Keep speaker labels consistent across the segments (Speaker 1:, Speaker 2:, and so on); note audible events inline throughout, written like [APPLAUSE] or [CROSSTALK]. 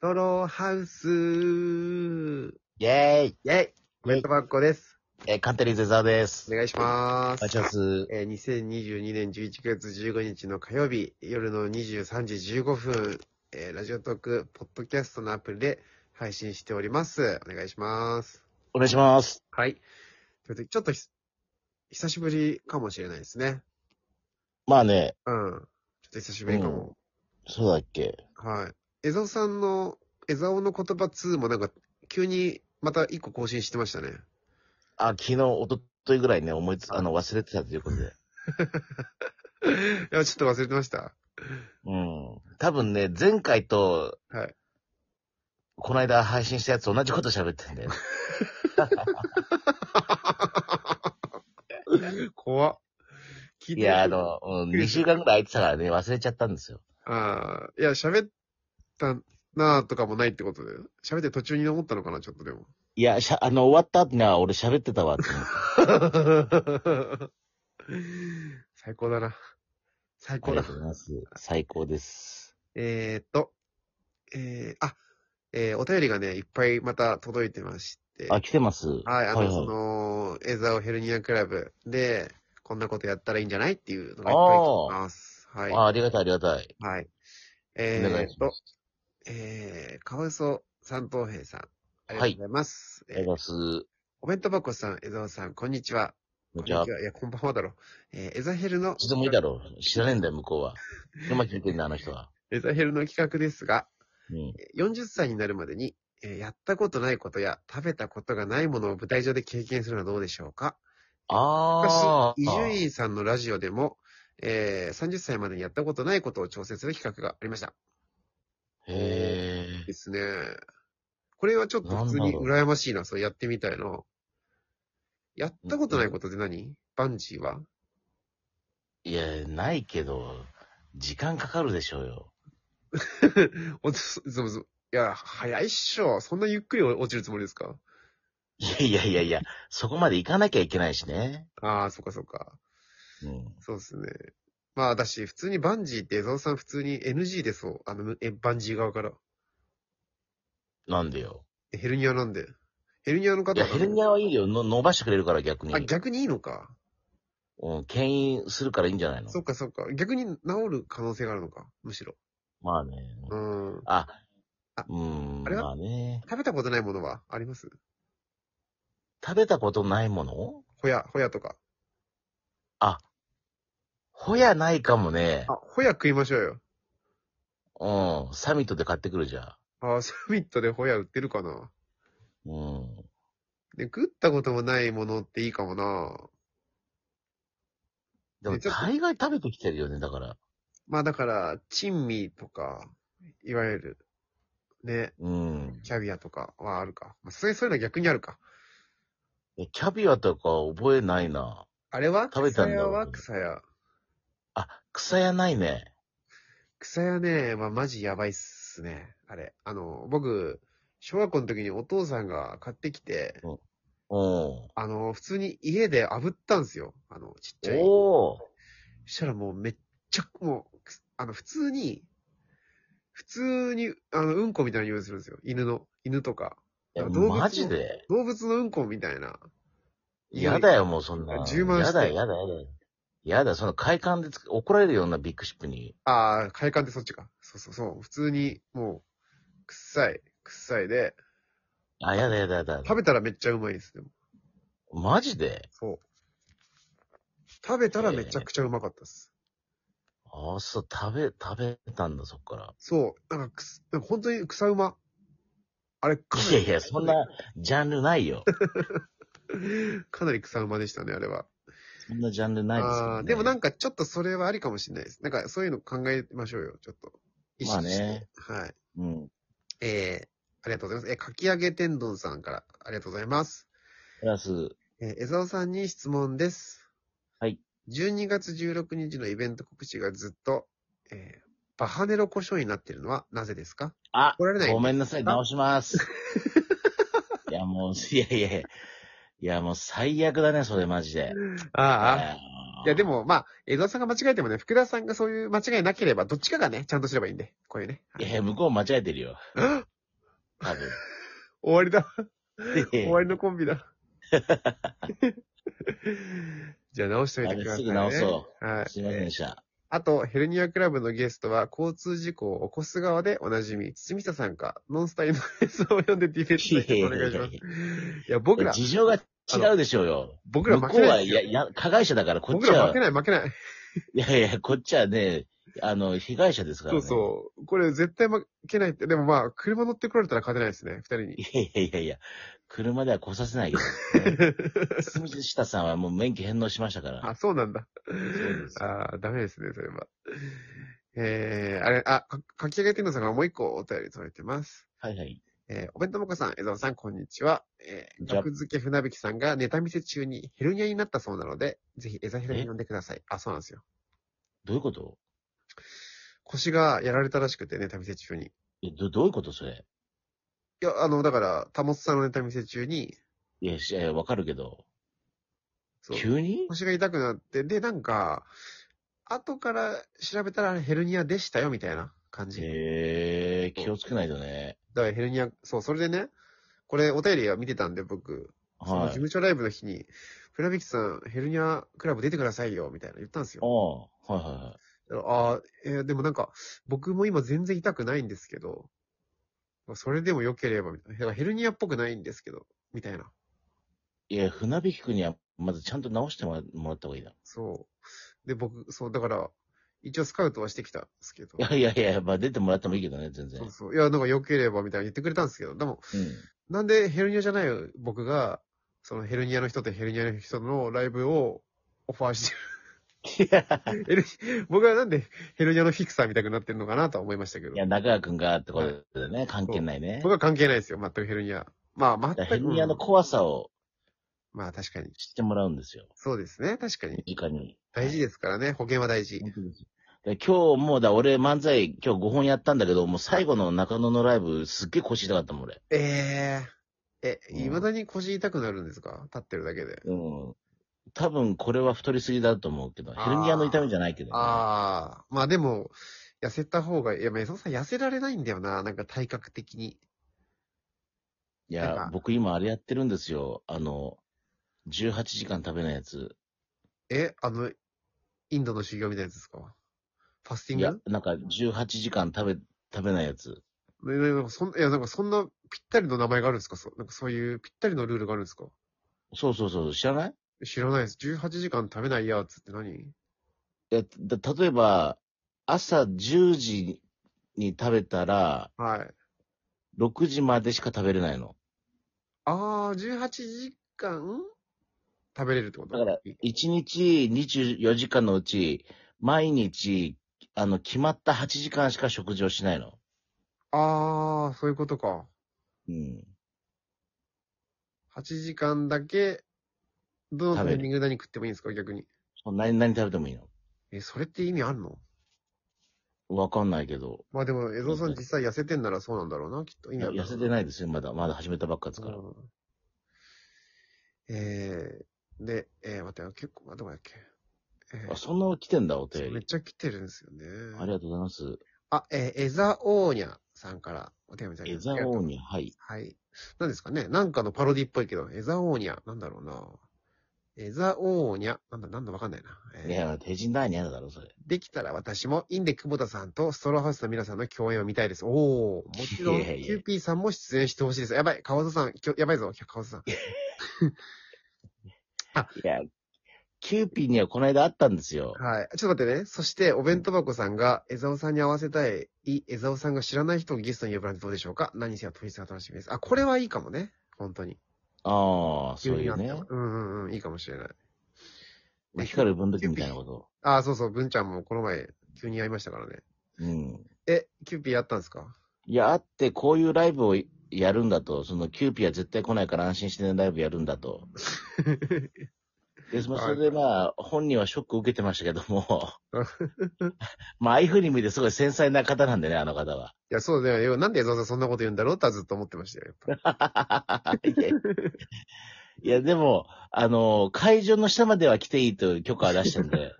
Speaker 1: ソロハウスイェ
Speaker 2: イェーイ
Speaker 1: イコメントバッコです。
Speaker 2: えー、カンテリーゼザーです。
Speaker 1: お願いしま
Speaker 2: お願い
Speaker 1: す。
Speaker 2: します。
Speaker 1: えー、2022年11月15日の火曜日、夜の23時15分、えー、ラジオトーク、ポッドキャストのアプリで配信しております。お願いします。
Speaker 2: お願いします。
Speaker 1: はい。ということで、ちょっとひ久しぶりかもしれないですね。
Speaker 2: まあね、
Speaker 1: うん。ちょっと久しぶりかも。
Speaker 2: そうだっけ
Speaker 1: はい。江沢さんの、江沢の言葉2もなんか、急にまた一個更新してましたね。
Speaker 2: あ、昨日、おとといぐらいね、思いつ、あの、忘れてたということで。
Speaker 1: [LAUGHS] いや、ちょっと忘れてました。
Speaker 2: うん。多分ね、前回と、
Speaker 1: はい。
Speaker 2: この間配信したやつ同じこと喋ってんだよ。
Speaker 1: 怖っ。聞い
Speaker 2: い
Speaker 1: て
Speaker 2: や、あの、うん、2週間ぐらい空いてたからね、忘れちゃったんですよ。
Speaker 1: ああ、いや、喋ったなぁとかもないってことで。喋ってる途中に思ったのかな、ちょっとで
Speaker 2: [LAUGHS]
Speaker 1: も。
Speaker 2: いや、しゃ、あの、終わった後には俺喋ってたわって思って。
Speaker 1: 最高だな。最
Speaker 2: あ
Speaker 1: 高
Speaker 2: り
Speaker 1: だ
Speaker 2: が。とうございます。 [LAUGHS] 最高です。
Speaker 1: えーっと、えー、あ、えー、お便りがね、いっぱいまた届いてまして。
Speaker 2: あ、来てます。
Speaker 1: はい、あ
Speaker 2: はい
Speaker 1: の、
Speaker 2: はい
Speaker 1: その、エザオヘルニアクラブで、こんなことやったらいいんじゃないっていうのがいっぱい来てます。はい。
Speaker 2: あ、ありがたい、ありがたい。
Speaker 1: はい。
Speaker 2: お
Speaker 1: え
Speaker 2: 願
Speaker 1: ー
Speaker 2: い
Speaker 1: っ
Speaker 2: し
Speaker 1: と
Speaker 2: ま、す。
Speaker 1: えー、カワウソ三等兵さん。ありがとうございます。
Speaker 2: ありが
Speaker 1: え
Speaker 2: と
Speaker 1: ー
Speaker 2: うございます。
Speaker 1: お弁当箱さん、江沢さん、こんにちは。
Speaker 2: こんに
Speaker 1: こ
Speaker 2: ちは。
Speaker 1: いや、こんばんはだろ。えー、エザヘルの
Speaker 2: い、つでもいいだろう。知らねえんだよ、向こうは。今聞いてんだ、あの人は。
Speaker 1: エザヘルの企画ですが、
Speaker 2: うん。
Speaker 1: えー40歳になるまでに、えーやったことないことや食べたことがないものを舞台上で経験するのはどうでしょうか
Speaker 2: ああ。
Speaker 1: 昔、伊集院さんのラジオでも、えー、30歳までにやったことないことを挑戦する企画がありました。
Speaker 2: へえ。
Speaker 1: ですね。これはちょっと普通
Speaker 2: なん
Speaker 1: に
Speaker 2: だろう
Speaker 1: 羨ましいな、そうやってみたいな。やったことないことって何バンジーはい [LAUGHS]
Speaker 2: や、ないけど、時間かかるでしょうよ。
Speaker 1: おつずずいや、早いっしょ。そんなゆっくり落ちるつもりですか
Speaker 2: いやいやいやいや、そこまで行かなきゃいけないしね。
Speaker 1: ああ、そっかそっか。
Speaker 2: うん。
Speaker 1: そうですね。まあ、だし、普通にバンジーって、江沢さん普通に NG でそう。あの、え、バンジー側から。
Speaker 2: なんでよ。
Speaker 1: えヘルニアなんで。ヘルニアの
Speaker 2: い
Speaker 1: 方
Speaker 2: や、
Speaker 1: は
Speaker 2: ヘルニアはいいよ。の伸ばしてくれるから逆に。
Speaker 1: あ、逆にいいのか。
Speaker 2: うん。牽引するからいいんじゃないの
Speaker 1: そっかそっか。逆に治る可能性があるのか。むしろ。
Speaker 2: まあね。
Speaker 1: うん。
Speaker 2: あ
Speaker 1: あ、
Speaker 2: うん。
Speaker 1: あれは
Speaker 2: まあね。
Speaker 1: 食べたことないものはあります
Speaker 2: 食べたことないもの
Speaker 1: ホヤ、ホヤとか。
Speaker 2: ほやないかもね
Speaker 1: あ。、ホヤ食いましょうよ。
Speaker 2: うん。サミットで買ってくるじゃん。
Speaker 1: あー、サミットでホヤ売ってるかな。
Speaker 2: うん。
Speaker 1: で、食ったこともないものっていいかもな。
Speaker 2: でも、
Speaker 1: えちょっと
Speaker 2: 大概食べてきてるよね、だから。
Speaker 1: まあだから、珍味とか、いわゆる、ね、
Speaker 2: うん。
Speaker 1: キャビアとかはあるか。まあ、そういうそういうのは逆にあるか。
Speaker 2: えキャビアとか覚えないな。
Speaker 1: あれは
Speaker 2: 食べたんだ
Speaker 1: 草屋は
Speaker 2: 俺
Speaker 1: 草屋。
Speaker 2: あ、草屋ないね。
Speaker 1: 草屋ね、まあマジやばいっすね。あれ。あの、僕、小学校の時にお父さんが買ってきて、
Speaker 2: うん。
Speaker 1: あの、普通に家で炙ったんですよ。あの、ちっちゃい。
Speaker 2: おー。
Speaker 1: そしたらもうめっちゃ、もう、くすあの、普通に、普通に、あの、うんこみたいな匂いするんですよ。犬の、犬とか。
Speaker 2: いや
Speaker 1: 動物の
Speaker 2: マジで
Speaker 1: 動物のうんこみたいな。
Speaker 2: やだよ、もうそんな。
Speaker 1: 充満し
Speaker 2: や
Speaker 1: て
Speaker 2: だよ、やだよ、やだよ。やだ、その快感でつ怒られるようなビッグシップに。
Speaker 1: ああ、快感ってそっちか。そうそうそう。普通に、もう、臭い、臭いで、
Speaker 2: あ、やだ、やだ、やだ。
Speaker 1: 食べたらめっちゃうまいです、でも。
Speaker 2: マジで
Speaker 1: そう。食べたらめちゃくちゃうまかったです。
Speaker 2: あ、そう、食べ、食べたんだ、そっから。
Speaker 1: そう。なんかくす、なんか本当に草うま。あれ、かない
Speaker 2: や
Speaker 1: り
Speaker 2: いや、そんな、ジャンルないよ。
Speaker 1: [LAUGHS] かなり草うまでしたね、あれは。
Speaker 2: そんなジャンルないですよ、
Speaker 1: あ
Speaker 2: ね。
Speaker 1: ーでもなん
Speaker 2: か、
Speaker 1: かちょっとそれはありかもしれないです。なんかそういうの考えましょうよ、ちょっと。意
Speaker 2: まあ
Speaker 1: 識して。
Speaker 2: ね。
Speaker 1: はい。
Speaker 2: うん。
Speaker 1: えー、ありがとうございます。えー、かき揚げ天丼さんから、ありがとうございます。
Speaker 2: プラス、
Speaker 1: えー、江沢さんに質問です。
Speaker 2: はい。
Speaker 1: 12月16日のイベント告知がずっと、えーバハネロ故障になっているのはなぜですか
Speaker 2: あ、
Speaker 1: 怒られない
Speaker 2: ごめんなさい、直し
Speaker 1: [LAUGHS]
Speaker 2: ます。いや、もう、いやいやいや。いや、もう最悪だね、それマジで。
Speaker 1: あ。いや、で
Speaker 2: も。
Speaker 1: も、まあ、江沢さんが間違えてもね、福田さんがそういう間違いなければ、どっちかがね、ちゃんとすればいいんで、こういうね。 [LAUGHS]
Speaker 2: いや、向こう間違えてるよ。多分。
Speaker 1: 終わりだ。
Speaker 2: で
Speaker 1: 終わりのコンビ
Speaker 2: [LAUGHS]
Speaker 1: だ。じゃあ直しておいてください、ね。
Speaker 2: あれすぐ直
Speaker 1: う。はい。
Speaker 2: すいませんでした。
Speaker 1: あと、ヘルニアクラブのゲストは、交通事故を起こす側でおなじみ、堤下さんか、ノンスタイルの演奏を読んでディフェンス対決お願いし
Speaker 2: [LAUGHS]
Speaker 1: ます。いや、僕ら、
Speaker 2: 事情が違うでしょうよ。
Speaker 1: 僕ら
Speaker 2: 向
Speaker 1: 負
Speaker 2: こう
Speaker 1: けな
Speaker 2: は、
Speaker 1: い
Speaker 2: い
Speaker 1: ですよ
Speaker 2: や、いや、加害者だから、こっ
Speaker 1: 僕
Speaker 2: ち
Speaker 1: ら
Speaker 2: は
Speaker 1: 負け、ない、負けない。
Speaker 2: いやいや、こっちはね、あの、被害者ですから
Speaker 1: そ
Speaker 2: ね。
Speaker 1: うそう。これ絶対負けないって、でもまあ、車乗ってこられたら勝てないですね、二人
Speaker 2: [LAUGHS]
Speaker 1: に。
Speaker 2: いやいやいやいや、車では来させないけ
Speaker 1: [LAUGHS]
Speaker 2: ど。住下さんはもう免許返納しましたから。
Speaker 1: あ、そうなんだ。
Speaker 2: です
Speaker 1: あーダメですね、それは。えー、あれ、あ、か書き上げてんのさんがもう一個お便り届いてます。
Speaker 2: はいはい。
Speaker 1: えー、お弁当もこさん、江沢さん、こんにちは。えー、
Speaker 2: じゃ
Speaker 1: 学付け船引きさんがネタ見せ中にヘルニアになったそうなので、ぜひ江沢ひらに呼んでください。あ、そうなんですよ。
Speaker 2: どういうこと
Speaker 1: 腰がやられたらしくて、ネタ見せ中に。い
Speaker 2: えどどういうことそれ
Speaker 1: や、あの、だから、たもつさんのネタ見せ中に、
Speaker 2: いや、しいやわかるけど。
Speaker 1: そう
Speaker 2: 急に
Speaker 1: 腰が痛くなって、で、なんか、後から調べたらあれヘルニアでしたよ、みたいな感じ。
Speaker 2: へえー、気をつけないとね。
Speaker 1: だからヘルニア、そう、それでね、これお便りは見てたんで、僕、その事
Speaker 2: はい。
Speaker 1: 務所ライブの日に、船引さん、ヘルニアクラブ出てくださいよ、みたいな言ったんです
Speaker 2: あ
Speaker 1: よ。
Speaker 2: あ、はいはいはい。
Speaker 1: だからああ、えーでもなんか、僕も今全然痛くないんですけど、それでも良ければ、みたいな。だからヘルニアっぽくないんですけど、みたいな。
Speaker 2: いや、船引くには、まずちゃんと直してもらもらった方がいいな。
Speaker 1: そう。で、僕、そう、だから、一応スカウトはしてきたんですけど
Speaker 2: い。やいやいや、まあ出てもらってもいいけどね、全然。
Speaker 1: そう
Speaker 2: う
Speaker 1: そう。いや、なんか良ければみたいな言ってくれたんですけど、でも、
Speaker 2: ん。
Speaker 1: なんでヘルニアじゃない僕が、そのヘルニアの人とヘルニアの人のライブをオファーして
Speaker 2: いや
Speaker 1: る。
Speaker 2: [LAUGHS]
Speaker 1: ヘル僕はなんでヘルニアのフィクサーみたいになってるのかなとは思いましたけど
Speaker 2: い。や、中川くんがってことでね、関係ないね
Speaker 1: 僕。は関係ないですよ、全くヘルニア。まあ、
Speaker 2: だか
Speaker 1: 全
Speaker 2: ら
Speaker 1: く。
Speaker 2: ヘルニアの
Speaker 1: うん
Speaker 2: 怖さを
Speaker 1: まあ確かに。
Speaker 2: 知ってもらうんですよ。
Speaker 1: そうですね、確かに。
Speaker 2: 身近に。
Speaker 1: 大事ですからね、保険は大事。
Speaker 2: 本当ですで今日もうだ、俺漫才今日5本やったんだけど、もう最後の中野のライブすっげえ腰痛かったもん俺。
Speaker 1: えええ、
Speaker 2: うん
Speaker 1: いまだに腰痛くなるんですか立ってるだけで。
Speaker 2: うん。多分これは太りすぎだと思うけど、
Speaker 1: あー
Speaker 2: ヘルニアの痛みじゃないけど、ね。
Speaker 1: ああ、まあでも、痩せた方が、いや、メソさん痩せられないんだよな、なんか体格的に。
Speaker 2: い
Speaker 1: なん
Speaker 2: や
Speaker 1: か、
Speaker 2: 僕今あれやってるんですよ。あの、18時間食べないやつ。
Speaker 1: え、あの、インドの修行みたいなやつですかファスティ
Speaker 2: い
Speaker 1: ン
Speaker 2: や
Speaker 1: グ、
Speaker 2: なんか18時間食べ、食べないやつ。
Speaker 1: ねねなんかそんいや、なんかそんなぴったりの名前があるんですかそうなんかそういうぴったりのルールがあるんですか
Speaker 2: そうそうそう、知らない
Speaker 1: 知らないです。18時間食べないやつって何
Speaker 2: いや、だ例えば、朝10時に食べたら、
Speaker 1: はい。
Speaker 2: 6時までしか食べれないの。
Speaker 1: あー、18時間食べれるってこと
Speaker 2: だから1日24時間のうち、毎日、あの、決まった8時間しか食事をしないの。
Speaker 1: あー、そういうことか。
Speaker 2: うん。
Speaker 1: 8時間だけ、どのタ
Speaker 2: 食べる
Speaker 1: イミングで何食ってもいいんですか逆に。
Speaker 2: そんなに何食べてもいいの
Speaker 1: え、それって意味あんの
Speaker 2: わかんないけど。
Speaker 1: まあでも、江蔵さん実際痩せてんならそうなんだろうな、きっと意
Speaker 2: い
Speaker 1: 味
Speaker 2: や
Speaker 1: ある
Speaker 2: 痩せてないですよ、まだ。まだ始めたばっかですから。
Speaker 1: うんえー、で、えー、待ってよ、結構、あどこだっけ。えー
Speaker 2: あ、そんな来てんだ、お
Speaker 1: そう
Speaker 2: 便
Speaker 1: めっ
Speaker 2: り。
Speaker 1: ちゃ来てるんですよね。
Speaker 2: ありがとうございます。
Speaker 1: あ、えー、エザオーニャさんからお手紙いただき
Speaker 2: エ
Speaker 1: ました
Speaker 2: ザオーニャ、はい。
Speaker 1: はい。何ですかねなんかのパロディっぽいけど、エザオーニャ、なんだろうな。エザオーニャ、なんだ、なんだわかんないな。えー
Speaker 2: いや、手人だにゃだろ、それ。
Speaker 1: できたら私も、インデ久保田さんとストローハウスの皆さんの共演を見たいです。おー、もちろん、
Speaker 2: い
Speaker 1: キ
Speaker 2: やいや
Speaker 1: ューピーさんも出演してほしいです。やばい、川田さん、きょやばいぞ、川田さん。
Speaker 2: いや、キューピーにはこの間あったんですよ。
Speaker 1: はい。ちょっと待ってね。そして、お弁当箱さんが、江沢さんに合わせたい、い江沢さんが知らない人をゲストに呼ぶなんてどうでしょうか何せは当日が楽しみです。あ、これはいいかもね。本当に。
Speaker 2: ああ、そういう
Speaker 1: 急
Speaker 2: ね
Speaker 1: にな。ってもうんうんうん、いいかもしれない。
Speaker 2: まあ光る分岐みたいなこと。
Speaker 1: あ、そうそう、文ちゃんもこの前、急に会いましたからね。
Speaker 2: うん。
Speaker 1: え、キューピーやったんですか。
Speaker 2: いや、あって、こういうライブをやるんだと、そのキューピーは絶対来ないから安心してね、ライブやるんだと。で、そそれでまあ、本人はショックを受けてましたけどもまあ、ああいう風に見てすごい繊細な方なんでね、あの方は。
Speaker 1: いや、そうだよ。なんで江沢さんそんなこと言うんだろうとはずっと思ってましたよ。やっぱ
Speaker 2: いやいや、でも、あの、会場の下までは来ていいという許可は出してるんで、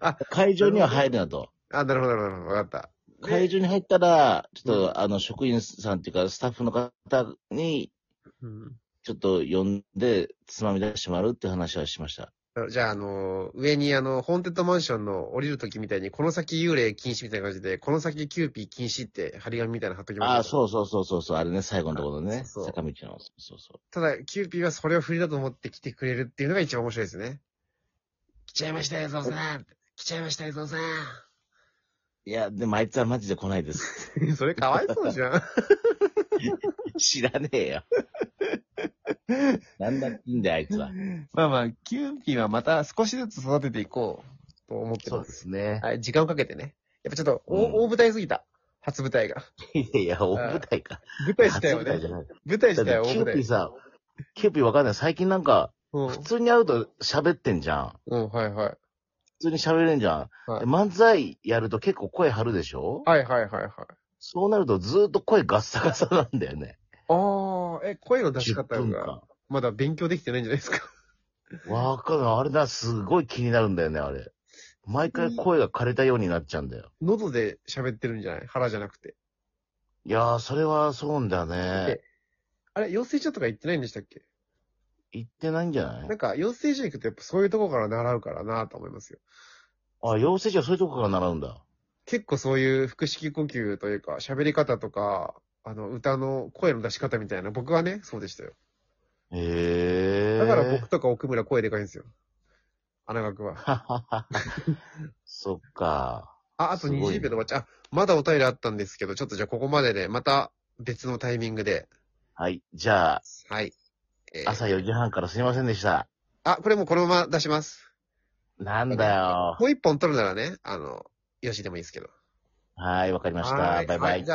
Speaker 1: あ、
Speaker 2: [LAUGHS] 会場には入るなと。
Speaker 1: あ、なるほど、なるほど、わかった。
Speaker 2: 会場に入ったら、ちょっと、あの、職員さんっていうか、スタッフの方に、
Speaker 1: うん
Speaker 2: ちょっと呼んで、つまみ出してもらうって話はしました。
Speaker 1: じゃあ、あの、上にあの、ホーンテッドマンションの降りるときみたいに、この先幽霊禁止みたいな感じで、この先キューピー禁止って張り紙みたいなの貼っときましょう。
Speaker 2: ああ、そうそうそうそうそう、あれね、最後のところね、
Speaker 1: そうそう
Speaker 2: 坂道の。そうそう。
Speaker 1: ただ、キューピーはそれを振りだと思って来てくれるっていうのが一番面白いですね。来ちゃいましたよ、ゾウさん来ちゃいましたよ、ゾウさ
Speaker 2: いや、でもあいつはマジで来な
Speaker 1: [LAUGHS]
Speaker 2: いです。
Speaker 1: んそれかわいそうじゃん。
Speaker 2: 知らねえよ。なんだっていいんだよ、あいつは。
Speaker 1: [LAUGHS] まあまあ、キューピーはまた少しずつ育てていこうと思ってます。
Speaker 2: すね。
Speaker 1: はい、時間をかけてね。やっぱちょっと、大
Speaker 2: うん
Speaker 1: 大舞台すぎた。初舞台が。
Speaker 2: いやいや、大舞台か。
Speaker 1: 舞台自体は
Speaker 2: 初舞台じ
Speaker 1: ね
Speaker 2: ゃ、ない。
Speaker 1: 舞台自
Speaker 2: だって
Speaker 1: 体は
Speaker 2: キ
Speaker 1: 大
Speaker 2: ュ
Speaker 1: 舞
Speaker 2: ーピー
Speaker 1: 台。
Speaker 2: さ、キューピーわかんない。最近なんか、
Speaker 1: うん
Speaker 2: 普通に会うと喋ってんじゃん。
Speaker 1: うん、はいはい。
Speaker 2: 普通に喋れんじゃん。
Speaker 1: はい
Speaker 2: 漫才やると結構声張るでしょ
Speaker 1: はいはいはいはい。
Speaker 2: そうなるとずーっと声ガッサガサなんだよね。
Speaker 1: ああ、え、声の出し
Speaker 2: 10
Speaker 1: 方
Speaker 2: 分
Speaker 1: が、
Speaker 2: 間。
Speaker 1: まだ勉強できてないんじゃないですか。 [LAUGHS]
Speaker 2: わかる。あれだ、すごい気になるんだよね、あれ。毎回声が枯れたようになっちゃうんだよ。
Speaker 1: 喉で喋ってるんじゃない腹じゃなくて。
Speaker 2: いやー、それはそうだね
Speaker 1: で。あれ、養成所とか行ってないんでしたっけ
Speaker 2: 言ってないんじゃな
Speaker 1: なん
Speaker 2: い
Speaker 1: か、養成所行くとやっぱそういうとこから習うからなと思いますよ。
Speaker 2: あ、養成所はそういうとこから習うんだ。
Speaker 1: 結構そういう腹式呼吸というか、喋り方とか、あの、歌の声の出し方みたいな、僕はね、そうでしたよ。
Speaker 2: へえ。
Speaker 1: だから僕とか奥村声でかいんですよ。穴学は。
Speaker 2: [LAUGHS] そっか。
Speaker 1: あ、あと
Speaker 2: すごいね
Speaker 1: 20秒で終わっちゃう。あ、まだお便りあったんですけど、ちょっとじゃあここまでで、また別のタイミングで。
Speaker 2: はい。じゃあ、
Speaker 1: はい。えー
Speaker 2: 朝4時半からすいませんでした。
Speaker 1: あ、これもうこのまま出します。
Speaker 2: なんだよ。
Speaker 1: もう一本取るならね、あの、よしでもいいですけど。
Speaker 2: はい、わかりました。
Speaker 1: は
Speaker 2: バ
Speaker 1: ーい
Speaker 2: イバイ。
Speaker 1: はいじゃあ